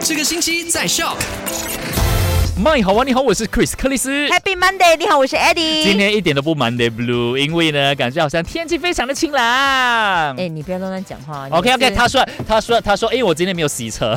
这个星期在 Shock。麦好玩，你好，我是 Chris 克里斯。 Happy Monday，你好，我是 Eddie。今天一点都不 Monday Blue，因为呢，感觉好像天气非常的晴朗。哎、你不要乱乱讲话。你 OK 是 OK，他说他说他说，哎、我今天没有洗车。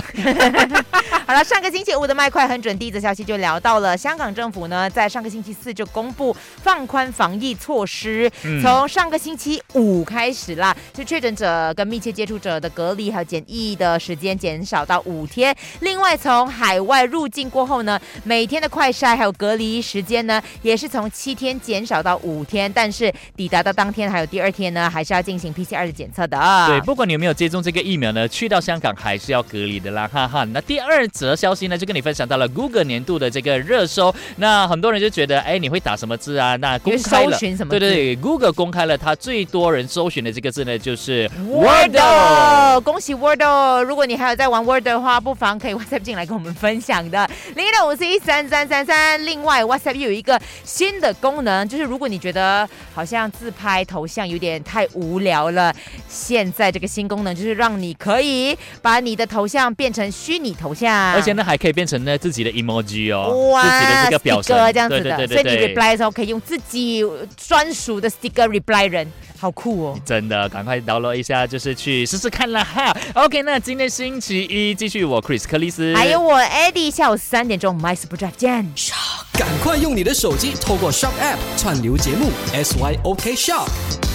好了，上个星期五的麦快很准，第一则消息就聊到了香港政府呢，在上个星期四就公布放宽防疫措施，嗯从上个星期五开始啦，就确诊者跟密切接触者的隔离还有检疫的时间减少到五天。另外，从海外入境过后呢，每天的快筛还有隔离时间呢，也是从七天减少到五天，但是抵达到当天还有第二天呢，还是要进行 PCR 的检测的。对，不管你有没有接种这个疫苗呢，去到香港还是要隔离的啦，哈哈。那第二则消息呢，就跟你分享到了 Google 年度的这个热搜，那很多人就觉得，哎，你会打什么字啊？那公有开搜了。寻什么？对对对，Google 公开了它最多人搜寻的这个字呢，就是 Wordle。 Wordle，恭喜 Wordle！如果你还有在玩 Wordle 的话，不妨可以 WhatsApp 进来跟我们分享的零一六五四一三三三三。另外，WhatsApp 又有一个新的功能，就是如果你觉得好像自拍头像有点太无聊了，现在这个新功能就是让你可以把你的头像变成虚拟头像，而且呢，还可以变成呢自己的 emoji 哦，啊哇，自己的这个表情 sticker 这样子对的，对对所对以你对 reply 的时候可以用自己专属的 sticker reply 人，好酷哦！真的，赶快 download 一下，就是去试试看啦哈。OK，那今天星期一，继续我 Chris 克里斯，还有我 Eddie 下午三点钟 My Super Drive 见。赶快用你的手机透过 Shop App 串流节目 SYOK Shop。